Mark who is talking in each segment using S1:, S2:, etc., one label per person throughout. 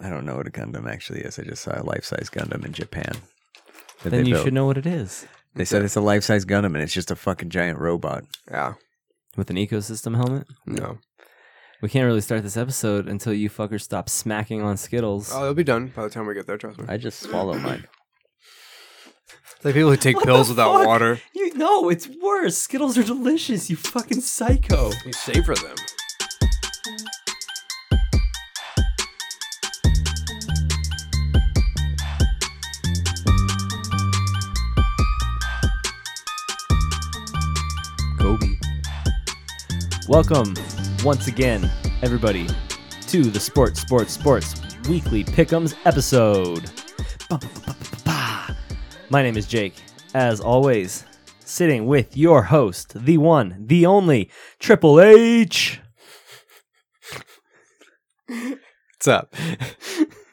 S1: I don't know what a Gundam actually is. I just saw a life size Gundam in Japan. that
S2: Then
S1: they
S2: you
S1: built.
S2: should know what it is
S1: They said it's a life size Gundam and it's just a fucking giant robot.
S3: Yeah.
S2: with an ecosystem helmet.
S3: No.
S2: We can't really start this episode until you fuckers stop smacking on Skittles.
S3: Oh, it'll be done by the time we get there. Trust me.
S1: I just swallowed mine.
S3: It's like people who take pills without
S2: fuck?
S3: water.
S2: You know it's worse. Skittles are delicious. You fucking psycho.
S3: You savor them.
S2: Kobe. Welcome once again, everybody, to the Sports Sports Sports Weekly Pick'ems episode. Ba-ba-ba-ba-ba-ba. My name is Jake. As always, sitting with your host, the one, the only, Triple H.
S3: What's up?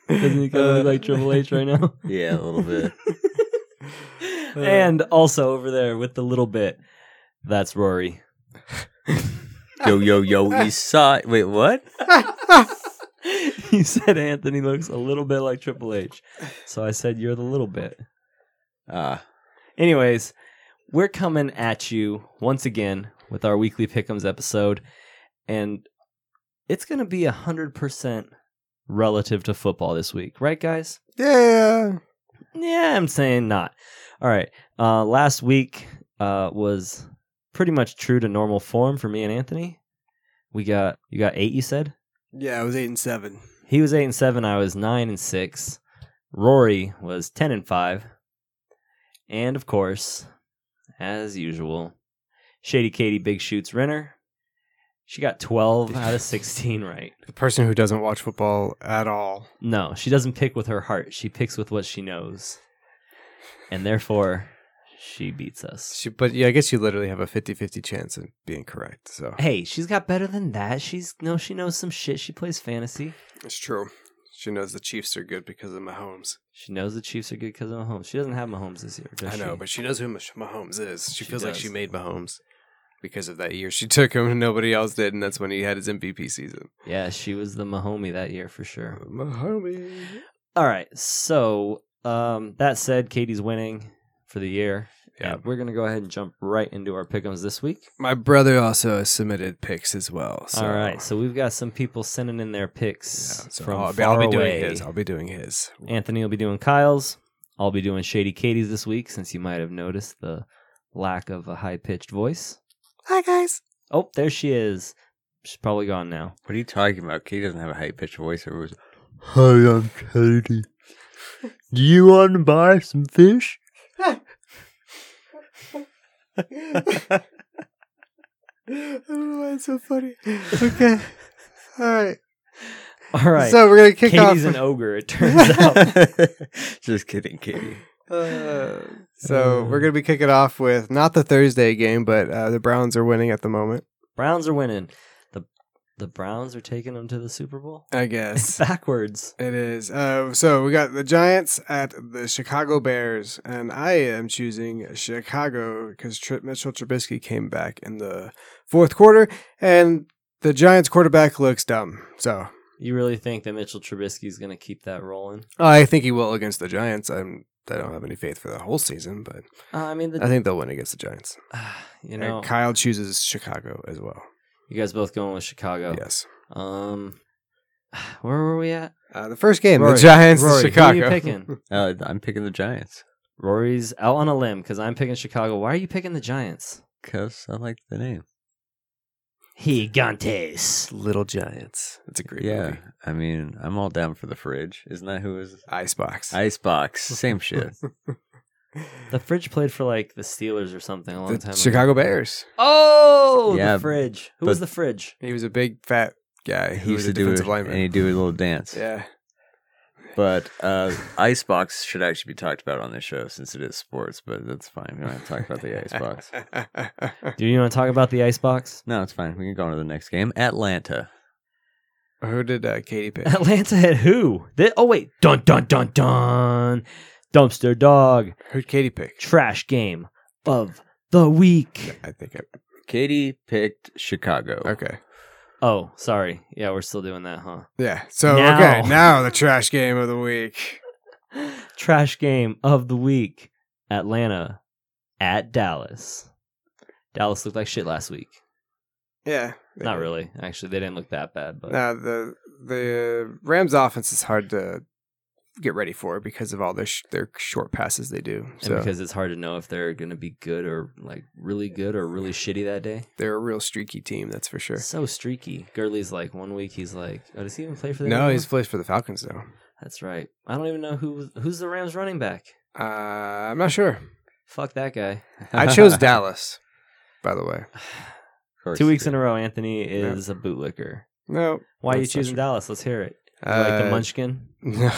S2: Doesn't he kind of look like Triple H right now?
S1: Yeah, a little bit.
S2: and also over there with the little bit, that's Rory.
S1: yo, yo, yo, East Side. Wait, what?
S2: you said Anthony looks a little bit like Triple H. So I said you're the little bit.
S1: Ah,
S2: Anyways, we're coming at you once again with our weekly pick'ems episode, and it's gonna be a hundred percent relative to football this week, right, guys?
S3: Yeah.
S2: Yeah, I'm saying not. All right. Uh, last week uh, was pretty much true to normal form for me and Anthony. We got you got eight. You said
S3: Yeah, it was eight and seven.
S2: he was eight and seven. I was nine and six. Rory was ten and five. And of course, as usual, Shady Katie Big Shoots Renner. She got twelve out of sixteen right.
S3: The person who doesn't watch football at all.
S2: No, she doesn't pick with her heart. She picks with what she knows, and therefore, she beats us.
S3: She, but yeah, I guess you literally have a 50-50 chance of being correct. So
S2: Hey, she's got better than that. She's no, she knows some shit. She plays fantasy.
S3: it's true. She knows the Chiefs are good because of Mahomes.
S2: She knows the Chiefs are good because of Mahomes. She doesn't have Mahomes this year. Does
S3: I know,
S2: she?
S3: but she knows who Mah- Mahomes is. She,
S2: She
S3: feels like
S2: does.
S3: she made Mahomes because of that year she took him and nobody else did, and that's when he had his MVP season.
S2: yeah, she was the Mahomie that year for sure.
S3: Mahomes.
S2: All right, so um, that said, Katie's winning for the year.
S3: Yeah.
S2: and we're gonna go ahead and jump right into our pickums this week.
S3: My brother also submitted picks as well. So.
S2: All right, so we've got some people sending in their picks
S3: Yeah, so
S2: from
S3: I'll, be- I'll
S2: far
S3: be
S2: away.
S3: doing his. I'll be doing his.
S2: Anthony will be doing Kyle's. I'll be doing Shady Katie's this week, since you might have noticed the lack of a high pitched voice.
S3: Hi guys.
S2: Oh, there she is. She's probably gone now.
S1: what are you talking about? Katie doesn't have a high pitched voice. It was, Hi, I'm Katie. Do you want to buy some fish?
S3: I don't know why it's so funny. Okay. All right.
S2: All right.
S3: So we're gonna kick
S2: Katie's
S3: off.
S2: an ogre, it turns out.
S1: just kidding, Katie.
S3: uh, so we're gonna be kicking off with not the Thursday game, but uh, the Browns are winning at the moment.
S2: Browns are winning. The the Browns are taking them to the Super Bowl?
S3: I
S2: It's
S3: guess.
S2: backwards.
S3: It is. Uh, so we got the Giants at the Chicago Bears, and I am choosing Chicago because Trip Mitchell Trubisky came back in the fourth quarter, and the Giants quarterback looks dumb. So
S2: You really think that Mitchell Trubisky's going to keep that rolling?
S3: I think he will against the Giants. I'm. I don't have any faith for the whole season, but
S2: Uh, I mean, the,
S3: I think they'll win against the Giants.
S2: you know,
S3: And Kyle chooses Chicago as well.
S2: you guys both going with Chicago.
S3: Yes.
S2: Um, where were we at?
S3: Uh, the first game,
S2: Rory,
S3: the Giants, to
S2: Rory, who
S3: Chicago.
S2: are you picking?
S1: Uh, I'm picking the Giants
S2: Rory's out on a limb because I'm picking Chicago. Why are you picking the Giants?
S1: because I like the name.
S2: Gigantes.
S3: Little Giants. It's a great
S1: Yeah,
S3: movie.
S1: I mean, I'm all down for the fridge. Isn't that who is?
S3: Icebox.
S1: Icebox. Same shit.
S2: The fridge played for like the Steelers or something a long time
S3: the
S2: ago.
S3: Chicago Bears.
S2: Oh,
S1: Yeah,
S2: the fridge. Who
S1: but-
S2: was the fridge?
S3: He was a big fat guy who
S1: he used
S3: was
S1: to
S3: a
S1: do it,
S3: defensive
S1: and
S3: lineman.
S1: he'd do a little dance.
S3: yeah.
S1: But uh, Icebox should actually be talked about on this show since it is sports, but that's fine. We don't have to talk about the Icebox.
S2: Do you want to talk about the icebox?
S1: No, it's fine. We can go on to the next game. Atlanta.
S3: Who did uh, Katie pick?
S2: Atlanta had who? They, oh wait, dun dun dun dun. Dumpster dog.
S3: Who'd Katie pick?
S2: Trash game of the week.
S3: I think I.
S1: Katie picked Chicago.
S3: Okay.
S2: Oh, sorry. Yeah, we're still doing that, huh?
S3: Yeah. So
S2: Now.
S3: okay, now the trash game of the week.
S2: Trash game of the week. Atlanta at Dallas. Dallas looked like shit last week.
S3: Yeah.
S2: Not really. Actually, they didn't look that bad, but
S3: Now the the Rams offense is hard to get ready for because of all their sh- their short passes they do.
S2: and
S3: So
S2: because it's hard to know if they're going to be good or like really good or really shitty that day.
S3: they're a real streaky team, that's for sure.
S2: So streaky. Gurley's like one week he's like, oh, does he even play for the?
S3: No,
S2: Rams?
S3: he's plays for the Falcons though.
S2: That's right. I don't even know who who's the Rams running back.
S3: Uh, I'm not sure.
S2: Fuck that guy.
S3: I chose Dallas, by the way.
S2: Two weeks in a row, Anthony is a bootlicker.
S3: No,
S2: Why are you
S3: That's not
S2: choosing
S3: true.
S2: Dallas? Let's hear it. You like the
S3: Uh,
S2: Munchkin.
S3: No.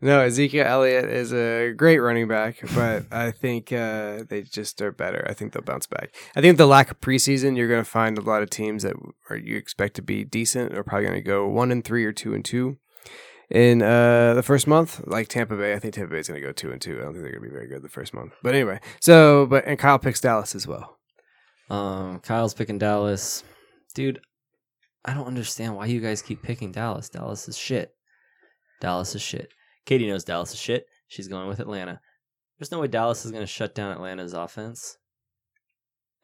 S3: No, Ezekiel Elliott is a great running back, but I think uh, they just are better. I think they'll bounce back. I think the lack of preseason, you're going to find a lot of teams that are you expect to be decent are probably going to go one and three or two and two in uh, the first month. Like Tampa Bay, I think Tampa Bay is going to go two and two. I don't think they're going to be very good the first month. But anyway, so but and Kyle picks Dallas as well.
S2: Um, Kyle's picking Dallas. Dude, I don't understand why you guys keep picking Dallas. Dallas is shit. Dallas is shit. Katie knows Dallas is shit. She's going with Atlanta. There's no way Dallas is going to shut down Atlanta's offense.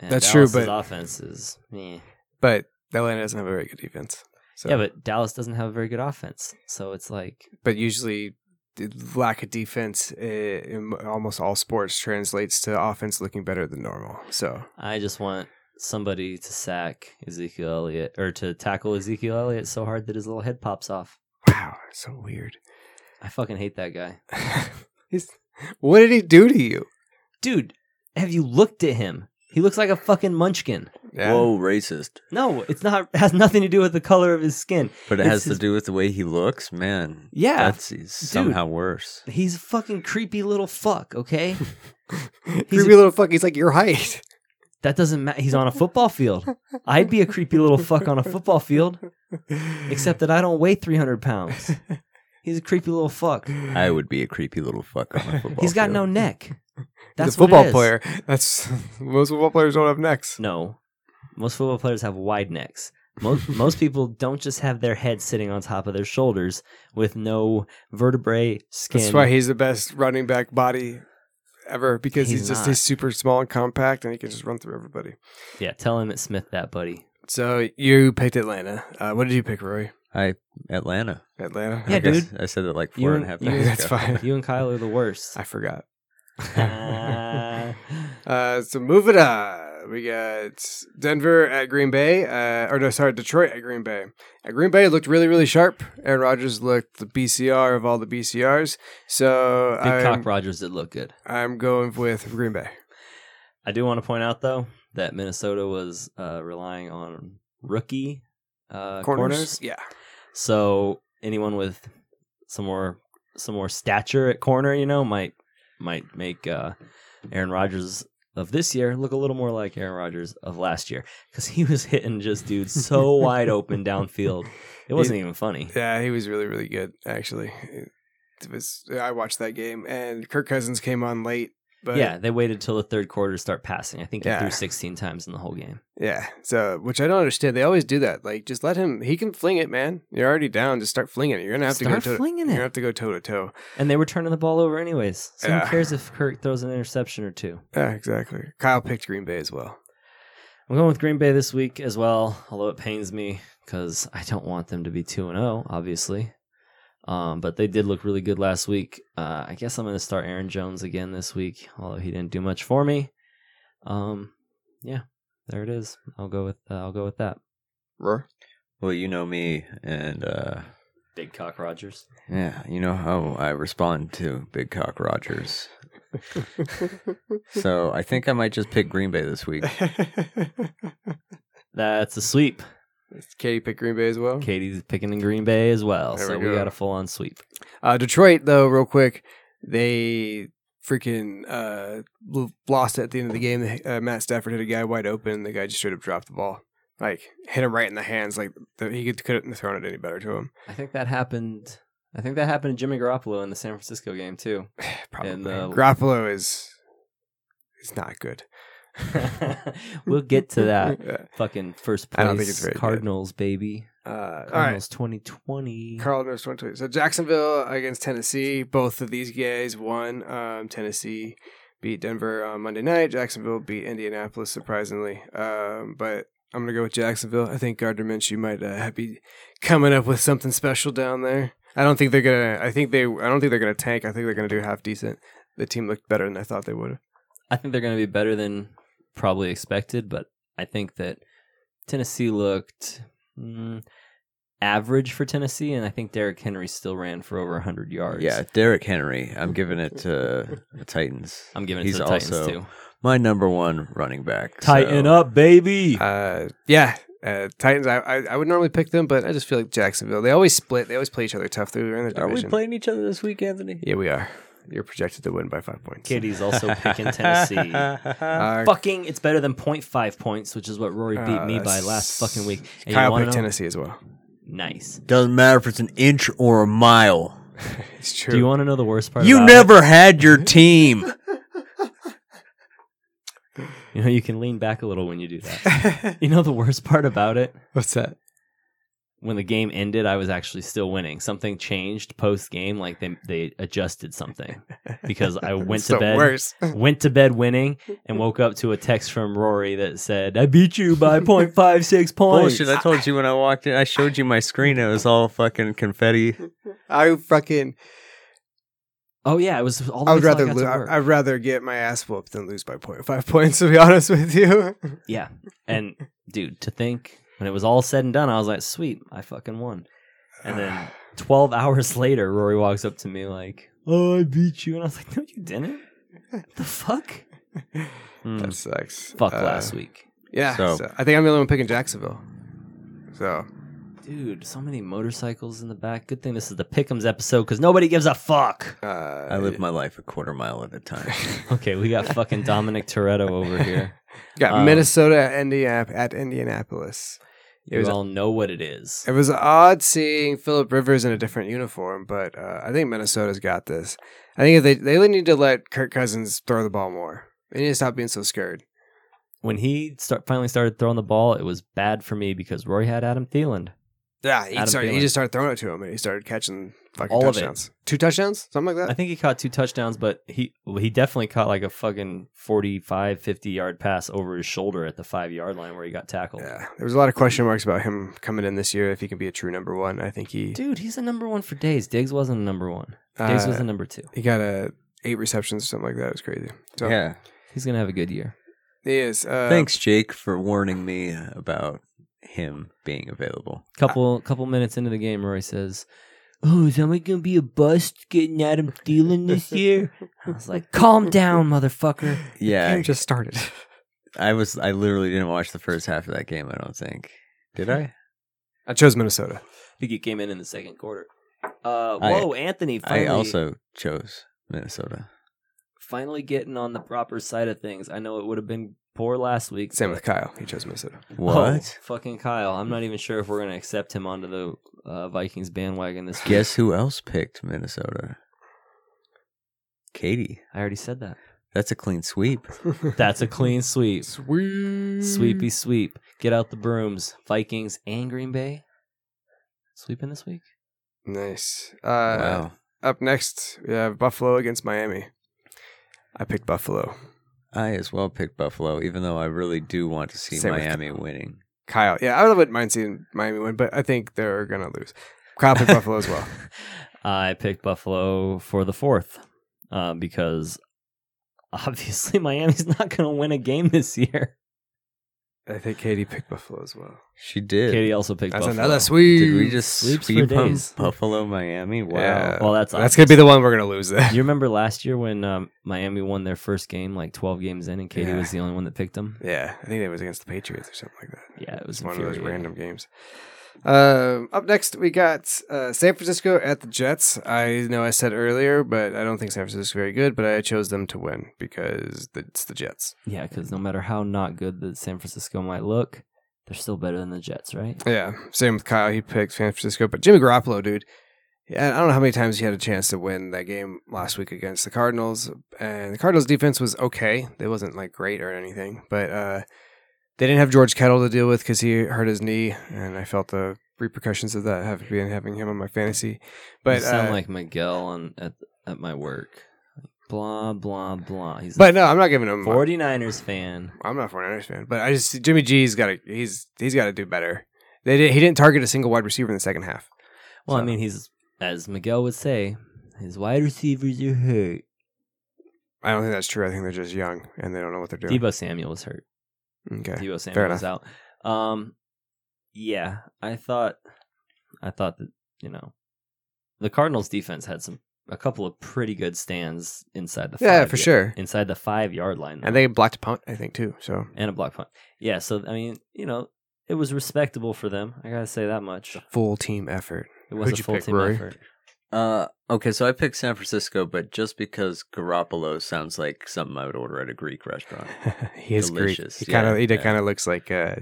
S2: And
S3: That's true,
S2: Dallas's
S3: but-
S2: offense is meh.
S3: But Atlanta doesn't have a very good defense. So.
S2: yeah, but Dallas doesn't have a very good offense, so it's like
S3: but usually the lack of defense uh, in almost all sports translates to offense looking better than normal. So
S2: I just want somebody to sack Ezekiel Elliott or to tackle Ezekiel Elliott so hard that his little head pops off.
S3: wow, so weird.
S2: I fucking hate that guy.
S3: He's, what did he do to you?
S2: Dude, have you looked at him? He looks like a fucking munchkin.
S1: Whoa, racist!
S2: No, it's not it has nothing to do with the color of his skin.
S1: But it
S2: It's
S1: has to
S2: his-
S1: do with the way he looks, man.
S2: Yeah.
S1: that's he's somehow worse.
S2: He's a fucking creepy little fuck, okay?
S3: creepy little fuck. He's like your height.
S2: That doesn't matter. He's on a football field. I'd be a creepy little fuck on a football field, except that I don't weigh 300 pounds. He's a creepy little fuck.
S1: I would be a creepy little fuck on a football.
S2: Mm. He's got
S1: field.
S2: no neck.
S3: He's a
S2: That's what it
S3: football
S2: is.
S3: player. That's most football players don't have necks.
S2: No, most football players have wide necks. Most most people don't just have their head sitting on top of their shoulders with no vertebrae, skin.
S3: That's why he's the best running back body ever because he's,
S2: He's
S3: just
S2: not.
S3: he's super small and compact and he can just run through everybody.
S2: yeah, tell him at Smith that, buddy.
S3: So you picked Atlanta. Uh, what did you pick, Roy?
S1: Atlanta.
S3: Atlanta.
S2: Yeah,
S1: I guess
S2: dude.
S1: I said that like
S2: You-
S1: four and a half
S2: you-
S1: years
S3: That's
S1: ago.
S3: fine.
S2: You and Kyle are the worst.
S3: I forgot.
S2: Ah.
S3: uh, so move it on. We got Denver at Green Bay, uh, or no, sorry, Detroit at Green Bay. At Green Bay, it looked really, really sharp. Aaron Rodgers looked the BCR of all the BCRs. So
S2: Big Cock
S3: I'm,
S2: Rogers did look good.
S3: I'm going with Green Bay.
S2: I do want to point out though that Minnesota was uh, relying on rookie uh, corners.
S3: Yeah.
S2: So anyone with some more some more stature at corner, you know, might might make uh, Aaron Rodgers of this year look a little more like Aaron Rodgers of last year because he was hitting just dudes so wide open downfield. It wasn't even funny.
S3: Yeah, he was really, really good, actually. It was, I watched that game, and Kirk Cousins came on late. But
S2: yeah, they waited till the third quarter to start passing. I think he
S3: Yeah.
S2: threw 16 times in the whole game.
S3: Yeah. So, which I don't understand. They always do that. Like, just let him. He can fling it, man. You're already down. Just start flinging it. You're gonna have
S2: Start
S3: to go.
S2: flinging
S3: to,
S2: it.
S3: You're gonna have to go toe to toe.
S2: And they were turning the ball over anyways. So who
S3: Yeah.
S2: cares if Kirk throws an interception or two?
S3: Yeah, exactly. Kyle picked Green Bay as well.
S2: I'm going with Green Bay this week as well, although it pains me because I don't want them to be 2 and 0, obviously. Um, but they did look really good last week. Uh, I guess I'm going to start Aaron Jones again this week, although he didn't do much for me. Um, yeah, there it is. I'll go with uh, I'll go with that.
S3: Roar.
S1: Well, you know me, and uh,
S2: Big cock Rogers.
S1: yeah, you know how I respond to Big Cock Rogers. So I think I might just pick Green Bay this week.
S2: That's a sweep.
S3: Katie picked Green Bay as well.
S2: Katie's picking in Green Bay as well,
S3: There
S2: so
S3: we
S2: we
S3: go.
S2: got a full on sweep.
S3: Uh, Detroit, though, real quick, they freaking uh, l- lost it at the end of the game. They- Uh, Matt Stafford hit a guy wide open. The guy just straight up dropped the ball. Like hit him right in the hands. Like the, he could, couldn't have thrown it any better to him.
S2: I think that happened. I think that happened to Jimmy Garoppolo in the San Francisco game too.
S3: Probably.
S2: uh,
S3: Garoppolo is is not good.
S2: we'll get to that.
S1: Mm-hmm.
S3: Yeah.
S2: Fucking first place
S3: I don't think it's very good.
S2: Cardinals, baby.
S3: Uh, all right.
S2: Cardinals 2020.
S3: Carl knows 2020. So Jacksonville against Tennessee. Both of these guys won. Um, Tennessee beat Denver on Monday night. Jacksonville beat Indianapolis surprisingly. Um, but I'm gonna go with Jacksonville. I think Gardner Minshew might uh, be coming up with something special down there. I don't think they're gonna. I think they. I don't think they're gonna tank. I think they're gonna do half decent. The team looked better than I thought they would. have.
S2: I think they're going to be better than probably expected, but I think that Tennessee looked mm, average for Tennessee, and I think Derrick Henry still ran for over 100 yards.
S1: Yeah, Derrick Henry. I'm giving it to the Titans.
S2: I'm giving it
S1: He's
S2: to the Titans
S1: also
S2: too.
S1: My number one running back.
S2: Tighten
S1: so-
S2: up, baby.
S3: Uh, yeah, uh, Titans. I, I I would normally pick them, but I just feel like Jacksonville. They always split. They always play each other tough. They're in the
S1: Are we
S3: division.
S1: playing each other this week, Anthony?
S3: yeah, we are. You're projected to win by five points.
S2: Katie's also picking Tennessee.
S3: Uh,
S2: Fucking, it's better than 0.5 points, which is what Rory beat
S3: Uh,
S2: me by
S3: that's-
S2: last fucking week. And you
S3: Kyle
S2: wanna
S3: picked
S2: know-
S3: Tennessee as well.
S2: Nice.
S1: Doesn't matter if it's an inch or a mile.
S3: It's true.
S2: Do you want to know the worst part?
S1: You
S2: about
S1: never had your team.
S2: it? You know, you can lean back a little when you do that. you know the worst part about it?
S3: What's that?
S2: when the game ended, I was actually still winning. Something changed post game, like they they adjusted something because I went
S3: It's
S2: to
S3: the
S2: bed,
S3: Worse.
S2: went to bed winning, and woke up to a text from Rory that said, "I beat you by 0.56 points."
S1: Bullshit! I told you when I walked in. I showed you my screen. It was all fucking confetti.
S3: I fucking.
S2: oh yeah, it was all. The
S3: I would rather.
S2: I got to
S3: lo-
S2: work.
S3: I, I'd rather get my ass whooped than lose by point five points. To be honest with you.
S2: yeah, and dude, to think when it was all said and done, I was like, "Sweet, I fucking won." And then twelve hours later, Rory walks up to me like, "Oh, I beat you," and I was like, "No, you didn't." The fuck?
S3: that sucks.
S2: Fuck
S3: Uh,
S2: last week.
S3: Yeah.
S1: So-
S3: so I think I'm the only one picking Jacksonville. So
S2: Dude, so many motorcycles in the back. Good thing this is the Pickums episode because nobody gives a fuck.
S3: uh,
S1: I live my life a quarter mile at a time.
S2: Okay, we got fucking Dominic Toretto over here.
S3: got
S2: um,
S3: Minnesota at, Indiana- at Indianapolis. It
S2: You
S3: was-
S2: all know what it is.
S3: It was odd seeing Philip Rivers in a different uniform, but uh, I think Minnesota's got this. I think they they need to let Kirk Cousins throw the ball more. They need to stop being so scared.
S2: When he start, finally started throwing the ball, it was bad for me because Roy had Adam Thielen.
S3: Yeah, he
S2: Adam
S3: started. He
S2: Thielen.
S3: just started throwing it to him, and he started catching fucking
S2: All of it.
S3: touchdowns. Two touchdowns, something like
S2: I
S3: that.
S2: think he caught two touchdowns, but he well, he definitely caught like a fucking 45, 50 yard pass over his shoulder at the five yard line where he got tackled.
S3: Yeah, there was a lot of question marks about him coming in this year if he can be a true number one. I think he
S2: Dude, he's a number one for Diggs. Diggs wasn't a number one. Diggs
S3: uh,
S2: was a number two.
S3: he got a eight receptions or something like that. It was crazy. So
S1: yeah.
S2: He's gonna have a good year.
S3: he is. Uh,
S1: Thanks, Jake, for warning me about him being available.
S2: Couple couple minutes into the game, Roy says, "Oh, is somebody gonna be a bust getting Adam Thielen this year?" I was like, "Calm down, motherfucker."
S1: Yeah,
S3: Game just started.
S1: I was. I literally didn't watch the first half of that game. I don't think. Did I?
S3: I chose Minnesota.
S2: I think he came in in the second quarter. Uh,
S1: I-
S2: whoa, Anthony! Finally,
S1: I also chose Minnesota.
S2: finally getting on the proper side of things. I know it would have been poor last week.
S3: Same with Kyle. He chose Minnesota.
S2: Oh,
S1: What?
S2: fucking Kyle! I'm not even sure if we're gonna accept him onto the uh, Vikings bandwagon this week.
S1: Guess who else picked Minnesota? Katie.
S2: I already said that.
S1: That's a clean sweep.
S2: That's a clean sweep.
S3: Sweet.
S2: Sweepy sweep. Get out the brooms. Vikings and Green Bay. Sweeping this week?
S3: Nice. Uh,
S1: wow.
S3: Up next, we have Buffalo against Miami. I picked Buffalo.
S1: I as well picked Buffalo, even though I really do want to see
S3: Same with-
S1: Miami winning.
S3: Kyle. Yeah, I wouldn't mind seeing Miami win, but I think they're going to lose. Kyle picked Buffalo as well.
S2: I picked Buffalo for the fourth uh, because obviously Miami's not going to win a game this year.
S3: I think Katie picked Buffalo as well.
S1: She did.
S2: Katie also picked
S3: That's
S2: Buffalo.
S3: another sweep.
S1: Did we just
S2: Sweeps for
S1: sweep on
S2: days.
S1: Buffalo, Miami? Wow.
S3: Yeah.
S2: Well, that's
S3: That's going to be the one we're going to lose
S2: You
S3: then.
S2: remember last year when um, Miami won their first game, like 12 games in, and Katie
S3: Yeah.
S2: was the only one that picked them?
S3: Yeah, I think it was against the Patriots or something like that.
S2: Yeah, it was
S3: It's one of those
S2: infuriating.
S3: random games. Um, up next, we got uh, San Francisco at the Jets. I know I said earlier, but I don't think San Francisco's very good, but I chose them to win because the, it's the Jets.
S2: Yeah, because no matter how not good that San Francisco might look, they're still better than the Jets, right?
S3: Yeah, same with Kyle. He picked San Francisco, but Jimmy Garoppolo, dude, Yeah, I don't know how many times he had a chance to win that game last week against the Cardinals, and the Cardinals' defense was okay. They wasn't like great or anything, but uh, they didn't have George Kettle to deal with because he hurt his knee, and I felt the repercussions of that having been having him on my fantasy. But
S2: you sound
S3: uh,
S2: like Miguel on at at my work. Blah blah blah. He's
S3: but um, no, I'm not giving him.
S2: a 49ers fan.
S3: I'm not a 49ers fan, but I just Jimmy G's got to he's he's got to do better. They did, he didn't target a single wide receiver in the second half.
S2: Well, I
S3: So-
S2: mean, he's as Miguel would say, his wide receivers are hurt.
S3: I don't think that's true. I think they're just young and they don't know what they're doing.
S2: Debo Samuel was hurt.
S3: Okay.
S2: Debo Samuel was out. Um, yeah, I thought, I thought that you know, the Cardinals defense had some a couple of pretty good stands inside the
S3: Yeah,
S2: five
S3: for
S2: ya-
S3: sure.
S2: inside the five yard line
S3: And they blocked a punt, I think, too. So
S2: and a block punt. Yeah, so I mean, you know, it was respectable for them. I gotta say that much.
S3: full team effort.
S2: It was
S3: Who'd
S2: a
S3: you
S2: full
S3: pick,
S2: team
S3: Rory?
S2: effort.
S1: Uh, okay, so I picked San Francisco, but just because Garoppolo sounds like something I would order at a Greek restaurant.
S3: he is
S1: Delicious.
S3: Greek. He kind of
S1: Yeah,
S3: he
S1: yeah.
S3: kind of looks like uh,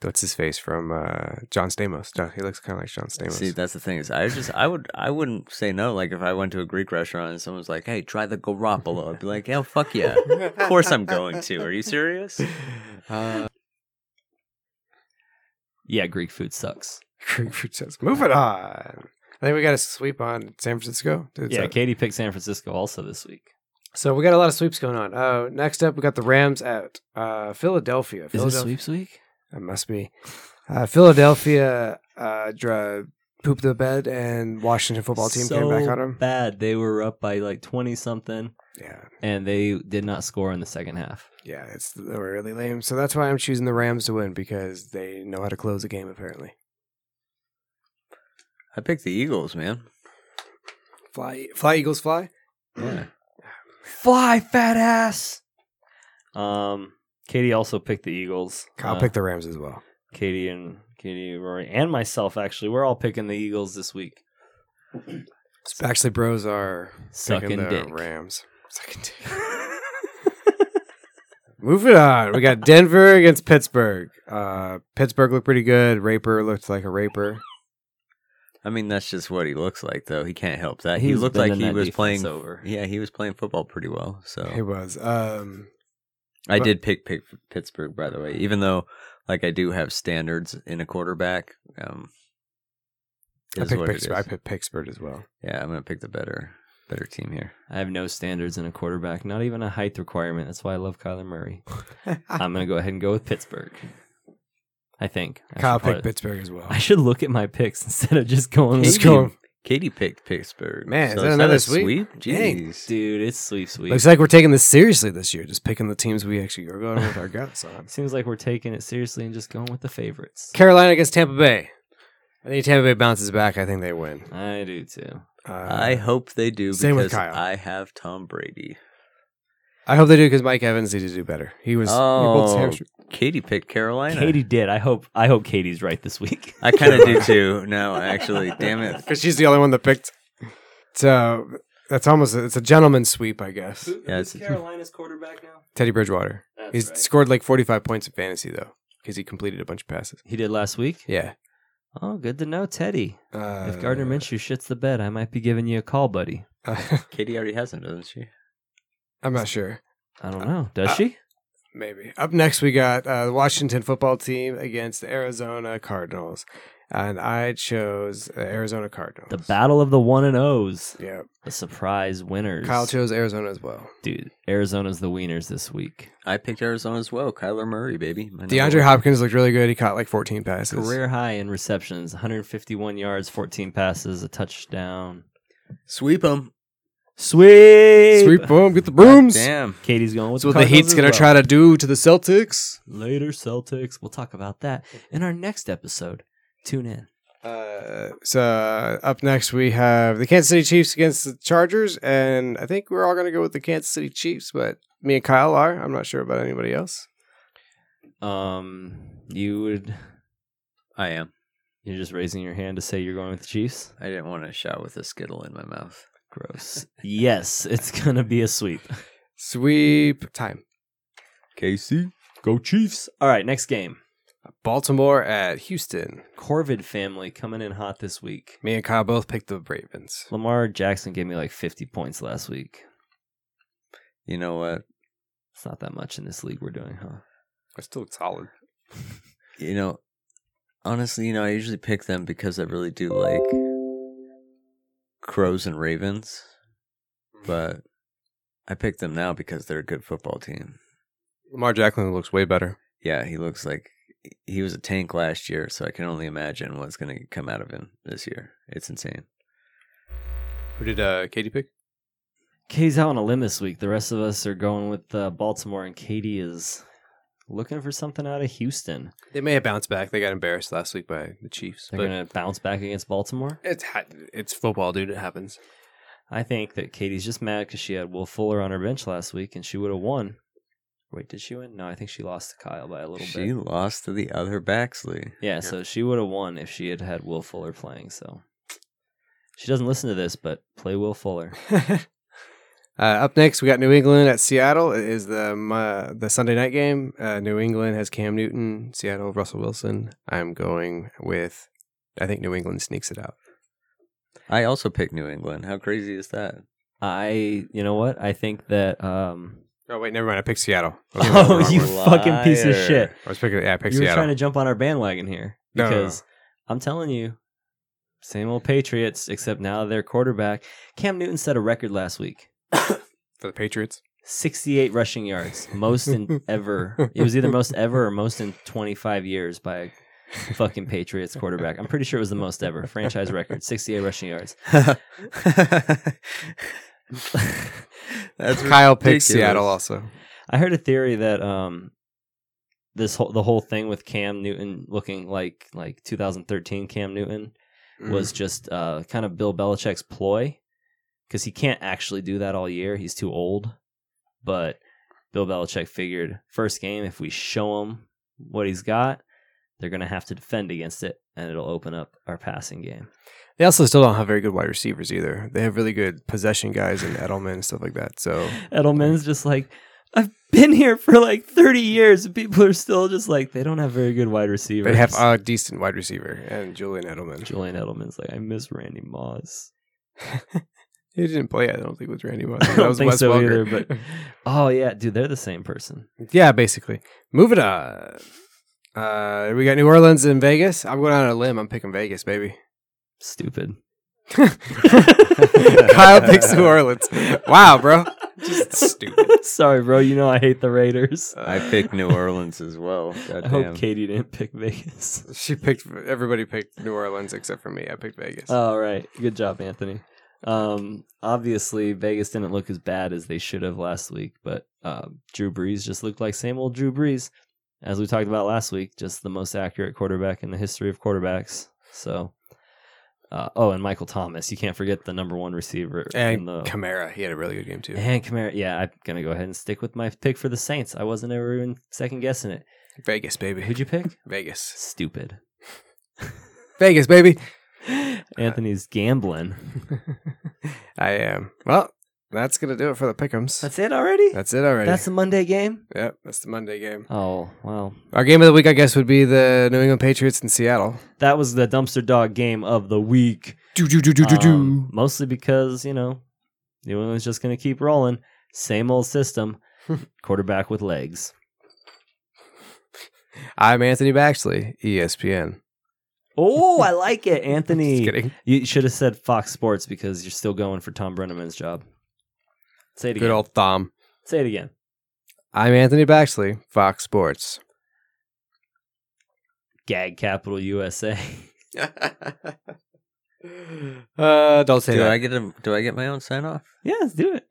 S3: what's his face from uh, John Stamos. John, he looks kind of like John Stamos.
S1: See, that's the thing is, I just, I would, I wouldn't say no. Like if I went to a Greek restaurant and someone's like, "Hey, try the Garoppolo," I'd be like, "Hell, fuck yeah!" of course I'm going to. Are you serious?
S3: Uh,
S2: Yeah, Greek food sucks.
S3: Greek fruit says, moving on. I think we got a sweep on San Francisco. Dude,
S2: yeah,
S3: so-
S2: Katie picked San Francisco also this week.
S3: So we got a lot of sweeps going on. Uh, next up, we got the Rams at uh, Philadelphia. Philadelphia.
S2: week?
S3: It must be. Uh, Philadelphia uh, dra- pooped the bed, and Washington football team came back on them.
S2: Bad. They were up by like twenty something,
S3: Yeah,
S2: and they did not score in the second half.
S3: yeah, it's they were really lame. So that's why I'm choosing the Rams to win because they know how to close the game. Apparently,
S1: I picked the Eagles, man.
S3: fly, fly Eagles, fly.
S1: Yeah.
S2: Fly, fat ass. Um, Katie also picked the Eagles.
S3: Kyle
S2: Uh,
S3: picked the Rams as well.
S2: Katie and Katie, Rory, and myself. Actually, we're all picking the Eagles this week.
S3: Actually, Bros are
S2: Sucking
S3: picking the
S2: dick.
S3: Rams. Sucking dick. Moving on, we got Denver against Pittsburgh. Uh, Pittsburgh looked pretty good. Raper looked like a raper.
S1: I mean, that's just what he looks like, though. He can't help that. he
S2: He's
S1: looked like
S2: bending
S1: he
S2: that
S1: was
S2: defense
S1: playing.
S2: over.
S1: Yeah, he was playing football pretty well. So
S3: It was. Um,
S1: I
S3: But-
S1: did pick, pick Pittsburgh, by the way, even though like I do have standards in a quarterback. Um,
S3: I
S1: is
S3: picked
S1: what it
S3: Pittsburgh. I
S1: is.
S3: picked Pittsburgh as well.
S1: Yeah, I'm gonna pick the better better team here.
S2: I have no standards in a quarterback, not even a height requirement. That's why I love Kyler Murray. I'm gonna go ahead and go with Pittsburgh. I think I
S3: Kyle
S2: should probably-
S3: picked Pittsburgh as well.
S2: I should look at my picks instead of just going.
S3: Let's
S2: with
S1: Katie-
S3: go.
S1: Katie picked Pittsburgh.
S3: Man, is that
S1: it's
S3: another
S1: not a
S3: sweep? Dang,
S1: Jeez.
S2: Dude, it's sweep sweep.
S3: Looks like we're taking this seriously this year, just picking the teams we actually are going with our guts on.
S2: Seems like we're taking it seriously and just going with the favorites.
S3: Carolina against Tampa Bay. I think Tampa Bay bounces back. I think they win.
S2: I do too.
S3: Uh,
S1: I hope they do
S3: Same with
S1: because
S3: Kyle.
S1: I have Tom Brady.
S3: I hope they do because Mike Evans needed to do better. He was. he pulled his
S1: Oh.
S3: hamstring.
S1: Katie picked Carolina.
S2: Katie did. I hope. I hope Katie's right this week.
S1: I kind of do too. No, actually, damn it.
S3: because she's the only one that picked. So that's almost a, it's a gentleman's sweep, I guess.
S1: Yeah, it's-
S2: Carolina's quarterback now.
S3: Teddy Bridgewater.
S2: That's
S3: He's
S2: right.
S3: scored like forty five points in fantasy though because he completed a bunch of passes.
S2: He did last week.
S3: Yeah.
S2: Oh, good to know, Teddy.
S3: Uh,
S2: If Gardner Minshew shits the bed, I might be giving you a call, buddy.
S1: Katie already has him, doesn't she?
S3: I'm not sure.
S2: I don't know. Does she?
S3: Maybe. Up next, we got uh, the Washington football team against the Arizona Cardinals. And I chose the Arizona Cardinals.
S2: The battle of the one and O's.
S3: Yeah.
S2: The surprise winners.
S3: Kyle chose Arizona as well.
S2: Dude, Arizona's the wieners this week.
S1: I picked Arizona as well. Kyler Murray, baby. My number
S3: DeAndre
S1: one.
S3: Hopkins looked really good. He caught like 14 passes.
S2: Career high in receptions, 151 yards, 14 passes, a touchdown.
S1: Sweep him.
S2: Sweep.
S3: Sweep boom, get the brooms. That's
S1: Damn.
S2: Katie's going with
S3: what
S2: the,
S3: the Heat's going to try to do to the Celtics.
S2: Later, Celtics. We'll talk about that in our next episode. Tune in.
S3: Uh, so uh, up next, we have the Kansas City Chiefs against the Chargers. And I think we're all going to go with the Kansas City Chiefs, but me and Kyle are. I'm not sure about anybody else.
S2: Um, you would.
S1: I am.
S2: You're just raising your hand to say you're going with the Chiefs.
S1: I didn't want to shout with a skittle in my mouth.
S2: Gross. yes, it's gonna be a sweep.
S3: Sweep time.
S1: Casey.
S2: Go Chiefs. All right, next game.
S3: Baltimore at Houston.
S2: Corvid family coming in hot this week.
S3: Me and Kyle both picked the Ravens.
S2: Lamar Jackson gave me like 50 points last week.
S1: You know what?
S2: It's not that much in this league we're doing, huh?
S3: They're still solid.
S1: You know, honestly, you know, I usually pick them because I really do like crows and ravens, but I picked them now because they're a good football team.
S3: Lamar Jacklin looks way better.
S1: Yeah, he looks like he was a tank last year, so I can only imagine what's going to come out of him this year. It's insane.
S3: Who did uh, Katie pick?
S2: Katie's out on a limb this week. The rest of us are going with uh, Baltimore, and Katie is looking for something out of Houston.
S3: They may have bounced back. They got embarrassed last week by the Chiefs.
S2: They're going to bounce back against Baltimore.
S3: it's ha- it's football, dude. It happens.
S2: I think that Katie's just mad because she had Will Fuller on her bench last week and she would have won. Wait, did she win? No, I think she lost to Kyle by a little
S1: She
S2: bit.
S1: lost to the other Baxley.
S2: Yeah, so she would have won if she had had Will Fuller playing. So she doesn't listen to this, but play Will Fuller.
S3: uh, up next, we got New England at Seattle. It is the uh, the Sunday night game. Uh, New England has Cam Newton. Seattle, Russell Wilson. I'm going with. I think New England sneaks it out.
S1: I also picked New England. How crazy is that?
S2: I, you know what? I think that. um
S3: Oh wait, never mind. I picked Seattle.
S2: Oh,
S1: wrong
S2: you
S1: one.
S2: fucking piece of
S1: Liar.
S2: shit!
S3: I was picking. Yeah, I picked
S2: You were
S3: Seattle.
S2: trying to jump on our bandwagon here
S3: No, no, no.
S2: because I'm telling you, same old Patriots, except now their quarterback Cam Newton set a record last week.
S3: For the Patriots.
S2: 68 rushing yards, most in ever. It was either most ever or most in 25 years by a fucking Patriots quarterback. I'm pretty sure it was the most ever franchise record, 68 rushing yards.
S1: That's
S3: Kyle picked
S1: ridiculous.
S3: Seattle also.
S2: I heard a theory that um this whole the whole thing with Cam Newton looking like like 2013 Cam Newton
S3: Mm.
S2: was just uh, kind of Bill Belichick's ploy because he can't actually do that all year. He's too old. But Bill Belichick figured first game, if we show him what he's got, they're going to have to defend against it, and it'll open up our passing game.
S3: They also still don't have very good wide receivers either. They have really good possession guys and Edelman and stuff like that. So
S2: Edelman's just like, I've been here for like 30 years, and people are still just like, they don't have very good wide receivers.
S3: they have uh, a decent wide receiver and Julian Edelman.
S2: Julian Edelman's like, I miss Randy Moss.
S3: He didn't play. I don't think with Randy Moss.
S2: I
S3: That
S2: don't
S3: was
S2: think
S3: Wes
S2: so
S3: Welker.
S2: either, but- Oh, yeah, dude, they're the same person.
S3: yeah, basically. Moving on. Uh, we got New Orleans and Vegas. I'm going out on a limb. I'm picking Vegas, baby.
S2: Stupid.
S3: Kyle picks New Orleans. Wow, bro. Just stupid.
S2: Sorry, bro. You know I hate the Raiders.
S1: I picked New Orleans as well.
S2: I
S1: Goddamn.
S2: hope Katie didn't pick Vegas.
S3: She picked. Everybody picked New Orleans except for me. I picked Vegas.
S2: All Oh, right. Good job, Anthony. Um, obviously, Vegas didn't look as bad as they should have last week, but uh, Drew Brees just looked like same old Drew Brees. As we talked about last week, just the most accurate quarterback in the history of quarterbacks. So, uh, oh, and Michael Thomas. You can't forget the number one receiver. in
S3: and
S2: the,
S3: Kamara, he had a really good game too.
S2: and Kamara. Yeah, I'm going to go ahead and stick with my pick for the Saints. I wasn't ever even second guessing it.
S3: Vegas, baby.
S2: Who'd you pick?
S3: Vegas.
S2: Stupid.
S3: Vegas, baby.
S2: Anthony's gambling.
S3: I am. Well, that's gonna do it for the pickums.
S2: That's it already?
S3: That's it already.
S2: That's the Monday game?
S3: yep, that's the Monday game.
S2: Oh, well.
S3: Our game of the week, I guess, would be the New England Patriots in Seattle.
S2: That was the dumpster dog game of the week.
S3: Do do do do do
S2: Um,
S3: do.
S2: mostly because, you know, New England's just going to keep rolling. Same old system. Quarterback with legs.
S3: I'm Anthony Baxley, E ESPN.
S2: Oh, I like it,
S3: Just
S2: Anthony.
S3: kidding.
S2: You should have said Fox Sports because you're still going for Tom Brenneman's job. Say it
S3: Good
S2: again.
S3: old Thom.
S2: Say it again.
S3: I'm Anthony Baxley, Fox Sports.
S2: Gag Capital USA.
S3: uh, don't say
S1: Do I
S3: that.
S1: get a, Do I get my own sign off?
S2: yeah, let's do it.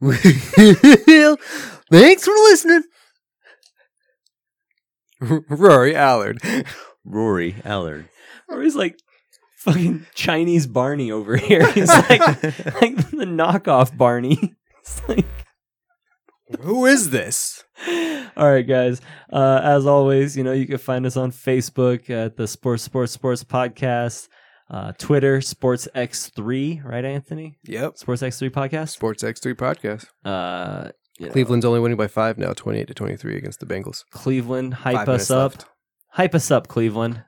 S3: well, thanks for listening. Rory Allard.
S1: Rory Allard.
S2: Or he's like fucking Chinese Barney over here. He's like like the knockoff Barney. It's like
S3: Who is this?
S2: all right, guys. Uh, as always, you know you can find us on Facebook at the Sports Sports Sports Podcast, uh, Twitter Sports X three, right, Anthony?
S3: Yep.
S2: Sports X three podcast.
S3: Sports X3 podcast.
S2: Uh, you know,
S3: Cleveland's only winning by five now, 28 to 23 against the Bengals.
S2: Cleveland,
S3: Five
S2: hype
S3: minutes
S2: us up.
S3: left.
S2: Hype us up, Cleveland.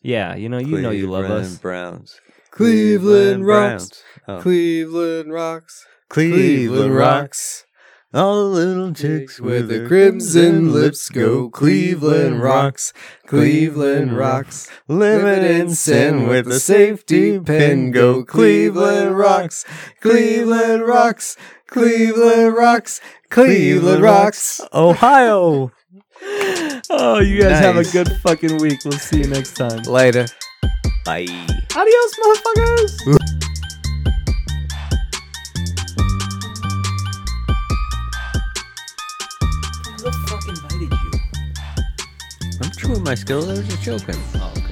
S2: Yeah, you know, you know you love
S1: Cleveland
S2: us.
S1: Browns.
S3: Cleveland rocks.
S1: Oh.
S3: Cleveland rocks.
S1: Cleveland rocks. All the little chicks with
S3: the
S1: their
S3: crimson lips go. Cleveland rocks. Cleveland rocks.
S1: Living in sin with the safety pin go. Cleveland rocks.
S3: Cleveland rocks. Cleveland rocks. Cleveland rocks.
S1: Ohio.
S2: Oh, you guys have a
S1: Nice.
S2: good fucking week. We'll see you next time.
S3: Later.
S1: Bye.
S2: Adios, motherfuckers.
S1: I'm chewing my skills. I was just joking.
S2: Oh, okay.